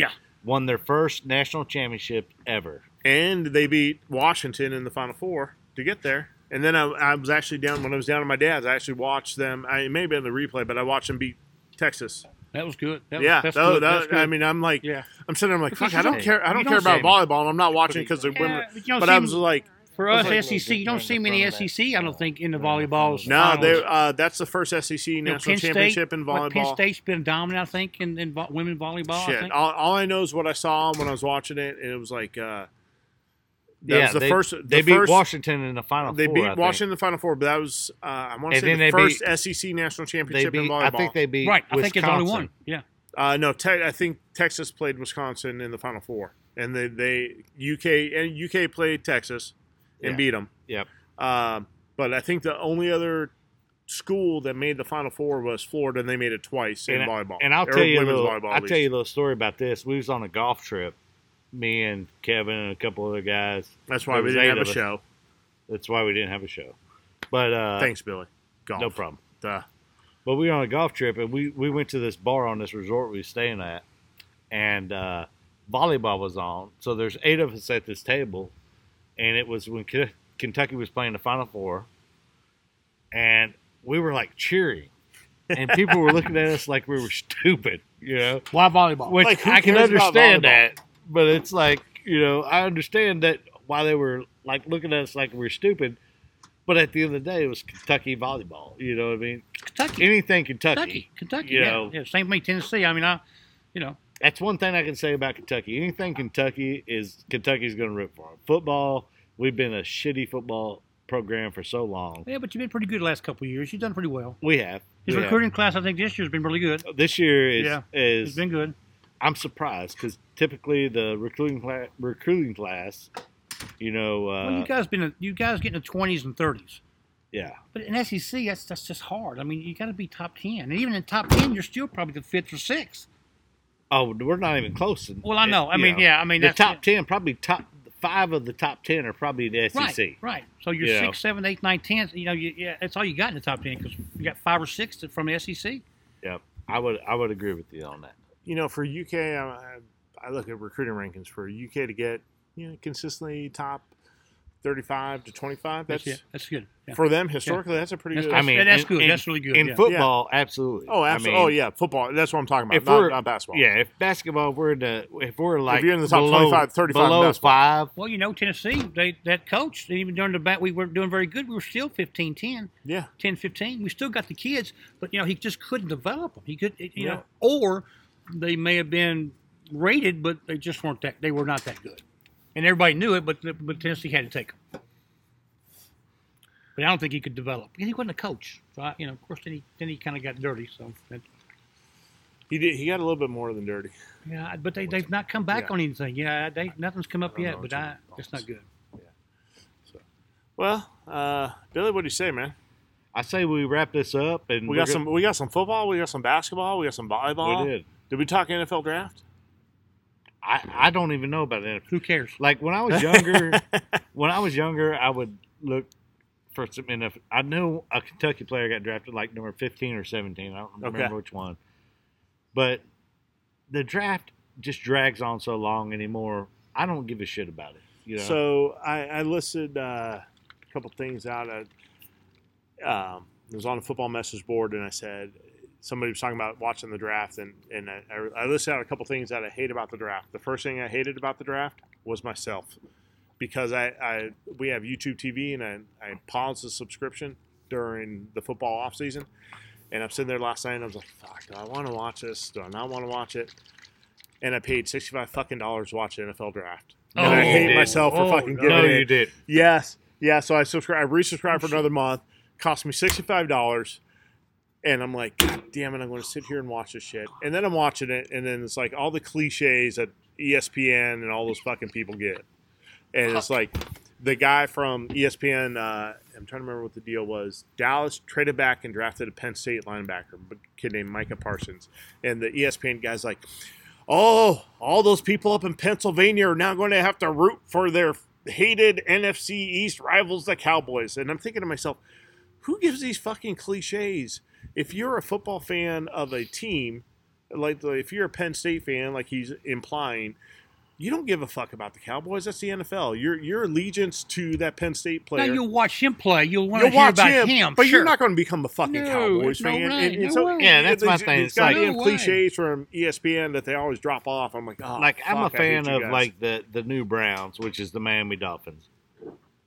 B: won their first national championship ever.
A: and they beat Washington in the Final Four to get there. And then I, I was actually down when I was down at my dad's. I actually watched them. I, it may have been the replay, but I watched them beat Texas.
G: That was good. That
A: yeah,
G: was, that's
A: that-
G: good.
A: that-
G: that's good.
A: I mean, I'm like,
G: yeah.
A: I'm sitting. there, I'm like, fuck,
G: Because you
A: I don't
G: don't-
A: care. I
G: you
A: don't
G: don't
A: care about
G: say-
A: volleyball. I'm not watching because they're women.
G: but you don't
A: But I
G: see-
A: was like,
G: For us,
B: like a little
G: SEC, you don't
B: different
G: see
B: from
G: many
B: that.
G: SEC. I don't think in the volleyball.
A: no, they. Uh, that's the first SEC national championship in
G: Penn
A: volleyball.
G: State's been dominant, I think, in, in vo- women volleyball. I
A: Shit,
G: think.
A: all, all I know is what I saw when I was watching it, and it was like, uh, that
B: yeah,
A: was the
B: they,
A: first.
B: they
A: the
B: beat
A: first,
B: Washington in the final.
A: They
B: four, I
A: beat
B: think.
A: Washington in the Final Four, but that was uh, I want to say
B: And then
A: the
B: they
A: first
B: beat-
A: SEC national
B: They
A: championship in
B: beat. I
A: volleyball.
B: think they beat.
G: right. I
B: Wisconsin.
G: think it's only one. Yeah.
A: uh, no, te- I think Texas played Wisconsin in the Final Four, and they, they UK and UK played Texas and
B: Yeah.
A: beat them.
B: Yep.
A: Um, but I think the only other school that made the Final Four was Florida, and they made it twice in
B: And I-
A: volleyball.
B: And I'll
A: or
B: tell you a
A: women's
B: little.
A: volleyball, at
B: I'll tell
A: least.
B: you a little story about this. We was on a golf trip. Me and Kevin and a couple other guys.
A: That's why
B: there
A: we
B: was
A: didn't
B: eight
A: have a
B: of us.
A: show.
B: That's why we didn't have a show. But uh,
A: Thanks, Billy. Golf.
B: no problem.
A: Duh.
B: But we were on a golf trip, and we we went to this bar on this resort we were staying at, and uh, volleyball was on. So there's eight of us at this table, and it was when K- Kentucky was playing the Final Four, and we were like cheering, and people were looking at us like we were stupid, you know.
G: Why volleyball?
B: Which
A: Like, who
B: I can
A: cares about
B: understand
A: volleyball?
B: that, but it's like you know I understand that why they were like looking at us like we were stupid, but at the end of the day it was Kentucky volleyball. You know what I mean?
G: Kentucky.
B: Anything Kentucky.
G: Kentucky. Kentucky.
B: You
G: yeah.
B: know.
G: yeah. Same thing, Tennessee. I mean, I, you know,
B: That's one thing I can say about Kentucky. Anything Kentucky is Kentucky's going to root for. Football, we've been a shitty football program for so long.
G: yeah, but you've been pretty good the last couple of years. You've done pretty well.
B: We have. We
G: His
B: have.
G: recruiting class, I think, this year has been really good.
B: This year is
G: Yeah. It's
B: is
G: been good.
B: I'm surprised because typically the recruiting cla- recruiting class, you know, uh,
G: well, you guys been a, you guys get in the twenties and thirties,
B: yeah,
G: but in SEC, that's that's just hard. I mean, you got to be top ten, and even in top ten, you're still probably the fifth or sixth.
B: Oh, we're not even close. in-
G: Well, I know. I
B: you
G: mean, yeah, I mean,
B: the
G: that's-
B: top ten, probably top five of the top ten are probably the E SEC.
G: Right, right. So you're
B: Yeah.
G: six, seven, eight, nine, ten. You know, you, yeah, that's all you got in the top ten because you got five or six that- from E SEC.
B: Yep. I would I would agree with you on that.
A: you know, for UK, I, I look at recruiting rankings for UK to get you know consistently top thirty-five to twenty-five. That's
G: yeah, that's good. Yeah.
A: for them historically. That's a pretty
G: That's
A: good.
B: I mean,
G: Yeah, that's
B: in-
G: good.
B: in-
G: That's really good,
B: In
G: yeah.
B: football, absolutely.
A: oh,
B: I
A: absolutely.
B: mean,
A: oh, yeah, football. That's what I'm talking about.
B: If
A: Not,
B: we're
A: not basketball.
B: Yeah, if basketball, we're in the if we're like
A: you're in the top
B: below,
A: 25, 35
B: below
A: basketball.
B: five.
G: Well, you know, Tennessee, they that coach, even during the bat, we weren't doing very good. We were still 15 10.
A: yeah.
G: 10, 15. We still got the kids, but you know he just couldn't develop them. He could, you
A: Yeah.
G: know, or they may have been rated, but they just weren't that. They were not that good, and everybody knew it. But but Tennessee had to take them. But I don't think he could develop. He wasn't a coach, so I, you know. Of course, then he then he kind of got dirty. So that,
A: He did, he got a little bit more than dirty.
G: yeah, I- but they they've not come back
A: Yeah.
G: on anything. Yeah, they nothing's come up
A: don't know
G: yet,
A: what
G: but
A: you
G: I
A: mean.
G: it's not good.
A: Well, uh, Billy, what do you say, man?
B: I say we wrap this up and
A: We
B: we're
A: got some. We got some football. We got some basketball. We got some
B: gonna-
A: volleyball.
B: We did.
A: we talk NFL draft?
B: I, I don't even know about NFL.
G: Who cares?
B: Like when I was younger, when I was younger, I would look for some NFL. I knew a Kentucky player got drafted like number fifteen or seventeen. I don't remember
A: Okay.
B: which one, but the draft just drags on so long anymore. I don't give a shit about it. You know,
A: So I, I listed uh, a couple things out. I, um, it was on the football message board, and I said somebody was talking about watching the draft, and and I, I listed out a couple things that I hate about the draft. The first thing I hated about the draft was myself because I, I we have YouTube TV, and I, I paused the subscription during the football off season, and I'm sitting there last night, and I was like, "Fuck, do I want to watch this? Do I not want to watch it?" And I paid sixty five fucking dollars to watch the NFL draft. And I
B: you
A: hate
B: did.
A: myself for
B: Oh,
A: fucking
B: no.
A: giving
B: No,
A: it.
B: you did. Oh,
A: Yes. Yeah. So I subscribe. I resubscribed for another month. Cost me sixty five dollars. And I'm like, God damn it, I'm going to sit here and watch this shit. And then I'm watching it, and then it's like all the cliches that E ESPN and all those fucking people get. And it's like the guy from ESPN, uh, I'm trying to remember what the deal was. Dallas traded back and drafted a Penn State linebacker, a kid named Micah Parsons. And the E ESPN guy's like, oh, all those people up in Pennsylvania are now going to have to root for their hated NFC East rivals, the Cowboys. And I'm thinking to myself, who gives these fucking cliches? If you're a football fan of a team, like like, if you're a Penn State fan, like he's implying, you don't give a fuck about the Cowboys. That's the NFL. Your your allegiance to that Penn State player.
G: Now you'll watch him play. You'll want to
A: You'll
G: hear about him,
A: but
G: sure.
A: you're not going to become a fucking
G: No,
A: Cowboys
G: no
A: fan.
G: way,
A: And- and
G: no
A: so-
G: way.
B: Yeah, that's my
A: these-
B: thing.
A: these
B: It's like-
A: goddamn
G: No way.
A: cliches from E ESPN that they always drop off. I'm like, oh,
B: like I'm a
A: fuck, I hate
B: fan
A: you
B: of
A: guys.
B: like the the new Browns, which is the Miami Dolphins,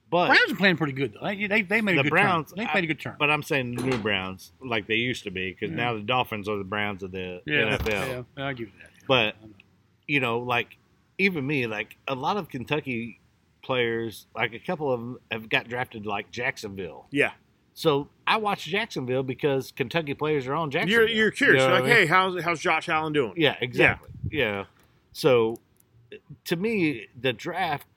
B: but
G: Browns are playing pretty good though. They they, they made
B: the
G: a good
B: Browns
G: turn. They
B: I-
G: played a good turn.
B: But I'm saying the new Browns, like they used to be, because
G: Yeah.
B: now the Dolphins are the Browns of the
G: yeah,
B: NFL.
G: yeah, I give you that.
B: But you know, like even me, like a lot of Kentucky players, like a couple of 'em have got drafted like Jacksonville.
A: yeah.
B: So I watch Jacksonville because Kentucky players are on Jacksonville.
A: You're you're curious.
B: You know
A: You're
B: what
A: like,
B: I mean?
A: hey, how's how's Josh Allen doing?
B: Yeah, exactly. Yeah. So to me, the draft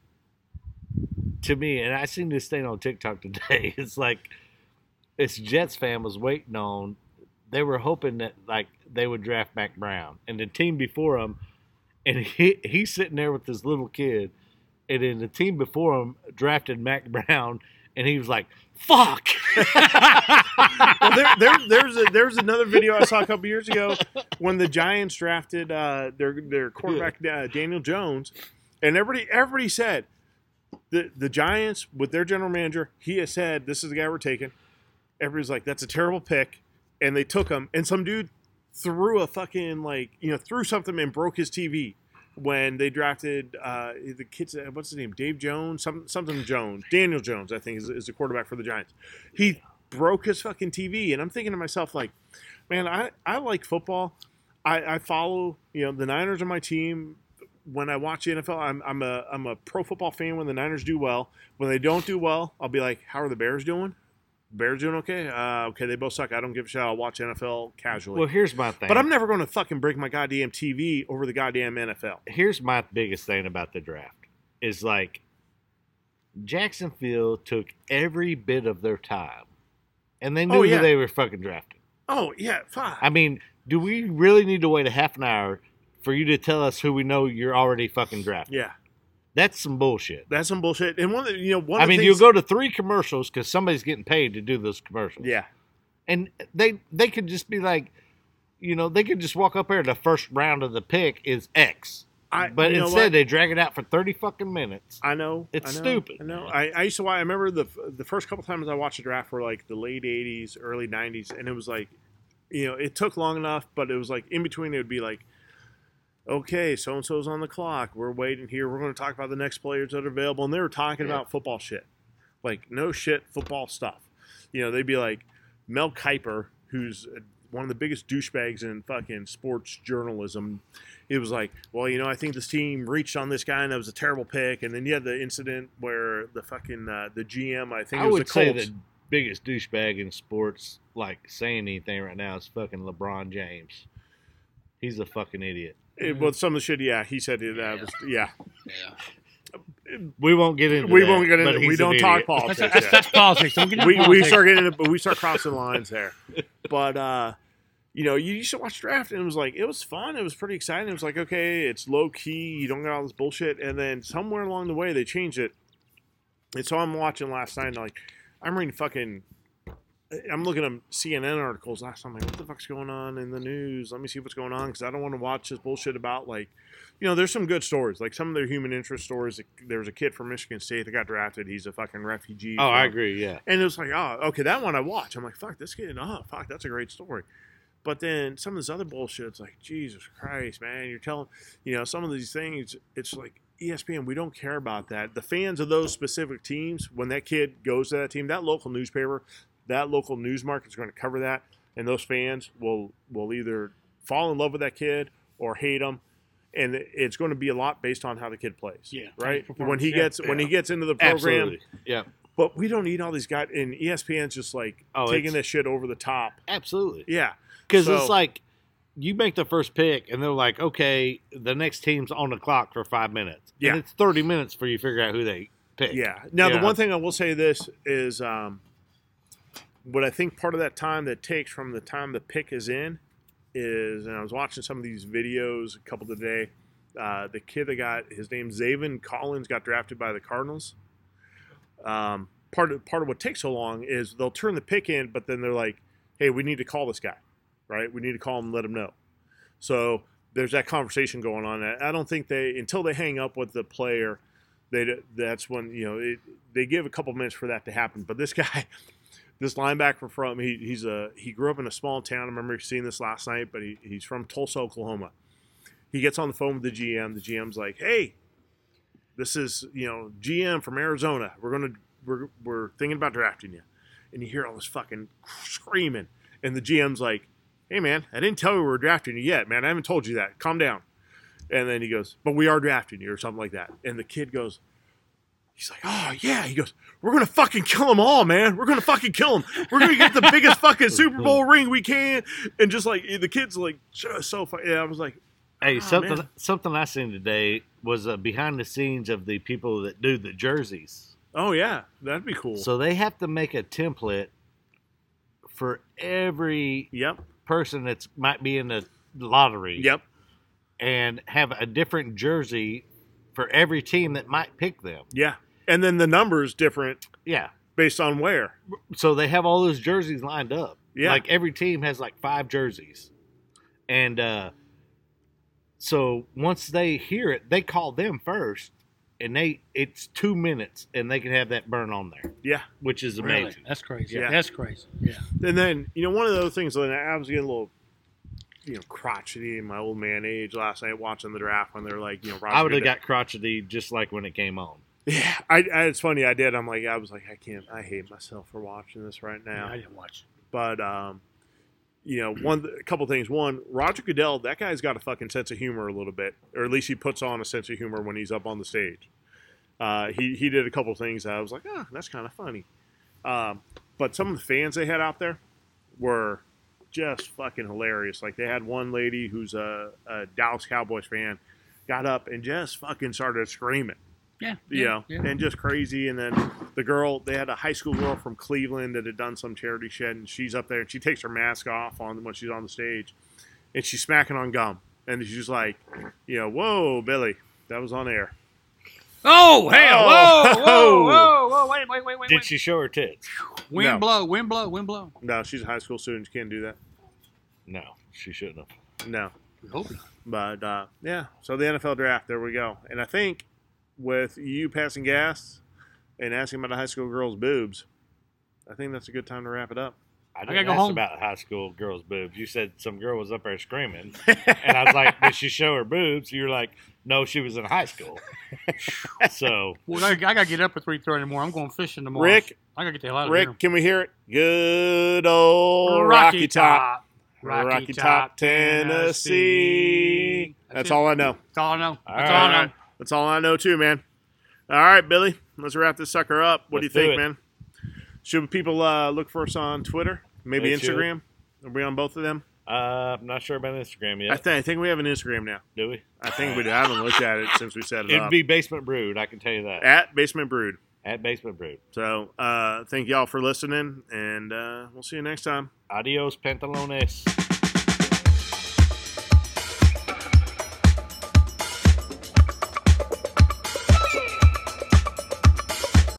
B: to me, and I seen this thing on TikTok today. It's like it's Jets fan was waiting on they were hoping that like they would draft Mac Brown and the team before him and he he's sitting there with this little kid and then the team before him drafted Mac Brown and he was like, Fuck
A: well, there, there, there's a, there's another video I saw a couple years ago when the Giants drafted uh, their their quarterback uh, Daniel Jones, and everybody everybody said the the Giants with their general manager he has said this is the guy we're taking. Everybody's like that's a terrible pick, and they took him, and some dude threw a fucking like you know threw something and broke his TV. When they drafted uh, the kids, what's his name? Dave Jones, some, something Jones, Daniel Jones, I think is, is the quarterback for the Giants. He broke his fucking TV. And I'm thinking to myself, like, man, I, I like football. I, I follow, you know, the Niners are my team. When I watch the NFL, I'm, I'm a I'm a pro football fan when the Niners do well. When they don't do well, I'll be like, how are the Bears doing? Bears doing okay? Uh, okay, they both suck. I don't give a shit. I'll watch NFL casually.
B: Well here's my thing.
A: but I'm never going to fucking break my goddamn TV over the goddamn NFL.
B: here's my biggest thing about the draft is like Jacksonville took every bit of their time, and they knew
A: Oh, yeah.
B: who they were fucking drafting.
A: Oh yeah, fuck.
B: I mean, do we really need to wait a half an hour for you to tell us who we know you're already fucking drafting?
A: yeah,
B: That's some bullshit.
A: that's some bullshit. And one, of the, you know, one.
B: I
A: of the
B: mean,
A: things,
B: you'll go to three commercials because somebody's getting paid to do those commercials.
A: Yeah,
B: and they they could just be like, you know, they could just walk up here. The first round of the pick is X,
A: I,
B: but
A: you know what?
B: instead they drag it out for thirty fucking minutes.
A: I know.
B: It's
A: I know,
B: stupid.
A: I know. I, I used to watch. I remember the the first couple times I watched a draft were like the late '80s, early '90s, and it was like, you know, it took long enough, but it was like in between. It would be like, okay, so and so's on the clock. We're waiting here. We're going to talk about the next players that are available, and they were talking about football shit, like no shit football stuff. You know, they'd be like Mel Kiper, who's uh, one of the biggest douchebags in fucking sports journalism, it was like, well, you know, I think this team reached on this guy and that was a terrible pick. And then you had the incident where the fucking uh, the GM, I think
B: I
A: it was
B: would
A: the
B: say
A: Colts.
B: the biggest douchebag in sports, like saying anything right now, is fucking LeBron James. He's a fucking idiot.
A: It, well, some of the shit, yeah, he said it. Uh, was, yeah,
B: We won't get into.
A: we
B: that,
A: won't get
B: but
A: into. We
B: he's an
A: don't talk
B: idiot.
A: politics.
G: That's, that's,
A: yeah.
G: that's politics. Don't get into
A: we, we
G: politics.
A: start getting, into, we start crossing lines there. But uh, you know, you used to watch draft and it was like it was fun, it was pretty exciting. It was like, okay, it's low key, you don't get all this bullshit. And then somewhere along the way they changed it. And so I'm watching last night and like I'm reading fucking I'm looking at CNN articles last time. Like, what the fuck's going on in the news? Let me see what's going on because I don't want to watch this bullshit about like, you know, there's some good stories. Like some of their human interest stories. There was a kid from Michigan State that got drafted. He's a fucking refugee.
B: Oh, I
A: from-
B: agree. Yeah.
A: and it was like, oh, okay, that one I watch. I'm like, fuck, this kid, oh, fuck, that's a great story. But then some of this other bullshit's like, Jesus Christ, man, you're telling, you know, some of these things, it's like E ESPN, we don't care about that. The fans of those specific teams, when that kid goes to that team, that local newspaper, that local news market's going to cover that, and those fans will will either fall in love with that kid or hate him. And it's going to be a lot based on how the kid plays.
G: Yeah.
A: Right.
G: Performance,
A: When he
G: yeah.
A: gets when he
B: Yeah.
A: gets into the program,
B: Absolutely. Yeah.
A: but we don't need all these guys. And E ESPN's just like
B: Oh,
A: taking
B: it's-
A: this shit over the top.
B: Absolutely.
A: Yeah.
B: Because
A: So-
B: it's like you make the first pick, and they're like, okay, the next team's on the clock for five minutes.
A: Yeah.
B: And it's 30 minutes for you to figure out who they pick.
A: Yeah. Now,
B: Yeah.
A: the one thing I will say this is um, what I think part of that time that takes from the time the pick is in is, and I was watching some of these videos a couple today. Uh, the kid that got his name Zaven Collins got drafted by the Cardinals. Um, part of part of what takes so long is they'll turn the pick in, but then they're like, "Hey, we need to call this guy, right? We need to call him, and let him know." So there's that conversation going on. I I don't think they until they hang up with the player they that's when you know it, they give a couple minutes for that to happen. But this guy, this linebacker from he, he's a he grew up in a small town. I remember seeing this last night, but he, he's from Tulsa, Oklahoma. He gets on the phone with the GM. The GM's like, "Hey, this is you know GM from Arizona. We're gonna we're we're thinking about drafting you." And you hear all this fucking screaming, and the GM's like, "Hey man, I didn't tell you we were drafting you yet, man. I haven't told you that. Calm down." And then he goes, "But we are drafting you," or something like that. And the kid goes, He's like, oh yeah. He goes, we're gonna fucking kill them all, man. We're gonna fucking kill them. We're gonna get the biggest fucking Super Bowl ring we can. And just like the kids, like just so funny. And I was like,
B: Hey,
A: Ah,
B: something
A: man.
B: something I seen today was uh, behind the scenes of the people that do the jerseys.
A: oh yeah, that'd be cool.
B: So they have to make a template for every
A: yep,
B: person that's might be in the lottery.
A: yep,
B: And have a different jersey for every team that might pick them.
A: yeah. And then the numbers different
B: Yeah.
A: based on where.
B: So they have all those jerseys lined up.
A: Yeah.
B: Like every team has like five jerseys. And uh so once they hear it, they call them first and they it's two minutes and they can have that burn on there,
A: Yeah.
B: which is
G: Really?
B: amazing.
G: That's crazy.
A: Yeah.
G: That's crazy. Yeah.
A: And then you know one of the other things. Then I was getting a little, you know, crotchety in my old man age last night watching the draft when they were like, you know, Roger
B: I would have
A: Goodell-
B: got crotchety just like when it came on.
A: Yeah, I, I. It's funny. I did. I'm like, I was like, I can't. I hate myself for watching this right now.
G: I didn't watch.
A: but um, you know, one a couple things. One, Roger Goodell, that guy's got a fucking sense of humor a little bit, or at least he puts on a sense of humor when he's up on the stage. Uh, he he did a couple things that I was like, oh, that's kind of funny. Um, but some of the fans they had out there were just fucking hilarious. Like they had one lady who's a, a Dallas Cowboys fan got up and just fucking started screaming
G: Yeah.
A: you know,
G: yeah.
A: and just crazy. And then the girl, they had a high school girl from Cleveland that had done some charity shit, and she's up there and she takes her mask off on when she's on the stage, and she's smacking on gum, and she's like, you know, whoa, Billy, that was on air.
G: Oh hell!
A: Oh.
G: Whoa! Whoa! Whoa! Whoa! Wait! Wait! Wait! Wait!
B: Did
G: wait.
B: she show her tits?
G: Wind
A: No.
G: blow! Wind blow! Wind blow!
A: No, she's a high school student. She can't do that.
B: No, she shouldn't have.
A: No,
G: Hope not.
A: but uh, yeah. So the NFL draft, there we go. And I think with you passing gas and asking about a high school girl's boobs, I think that's a good time to wrap it up.
B: I
G: gotta
B: didn't
G: go
B: ask
G: home.
B: about high school girls' boobs. You said some girl was up there screaming, and I was like, "Did she show her boobs?" You're like, "No, she was in high school." so
G: Well, I, I gotta get up at three thirty tomorrow. I'm going fishing tomorrow.
A: Rick,
G: I gotta get the hell out of
A: Rick, can we hear it? Good old
G: here.
A: Rocky, Top.
G: Rocky,
A: Top,
G: Top,
A: Tennessee.
G: Tennessee.
A: That's
G: it.
A: all I know.
G: That's all I know.
B: All right.
G: That's all I know.
A: That's all I know, too, man. All right, Billy, let's wrap this sucker up. What
B: Let's
A: do you think,
B: do it.
A: man? Should people uh, look for us on Twitter? Maybe
B: They should.
A: Instagram? Are we on both of them?
B: uh, I'm not sure about Instagram yet.
A: I, th- I think we have an Instagram now.
B: Do we?
A: I think we do. I haven't looked at it since we set it
B: It'd
A: up.
B: be Basement Brood. I can tell you that. At,
A: at Basement Brood.
B: Basement Brood.
A: So uh, thank y'all for listening, and uh, we'll see you next time.
B: Adios, pantalones.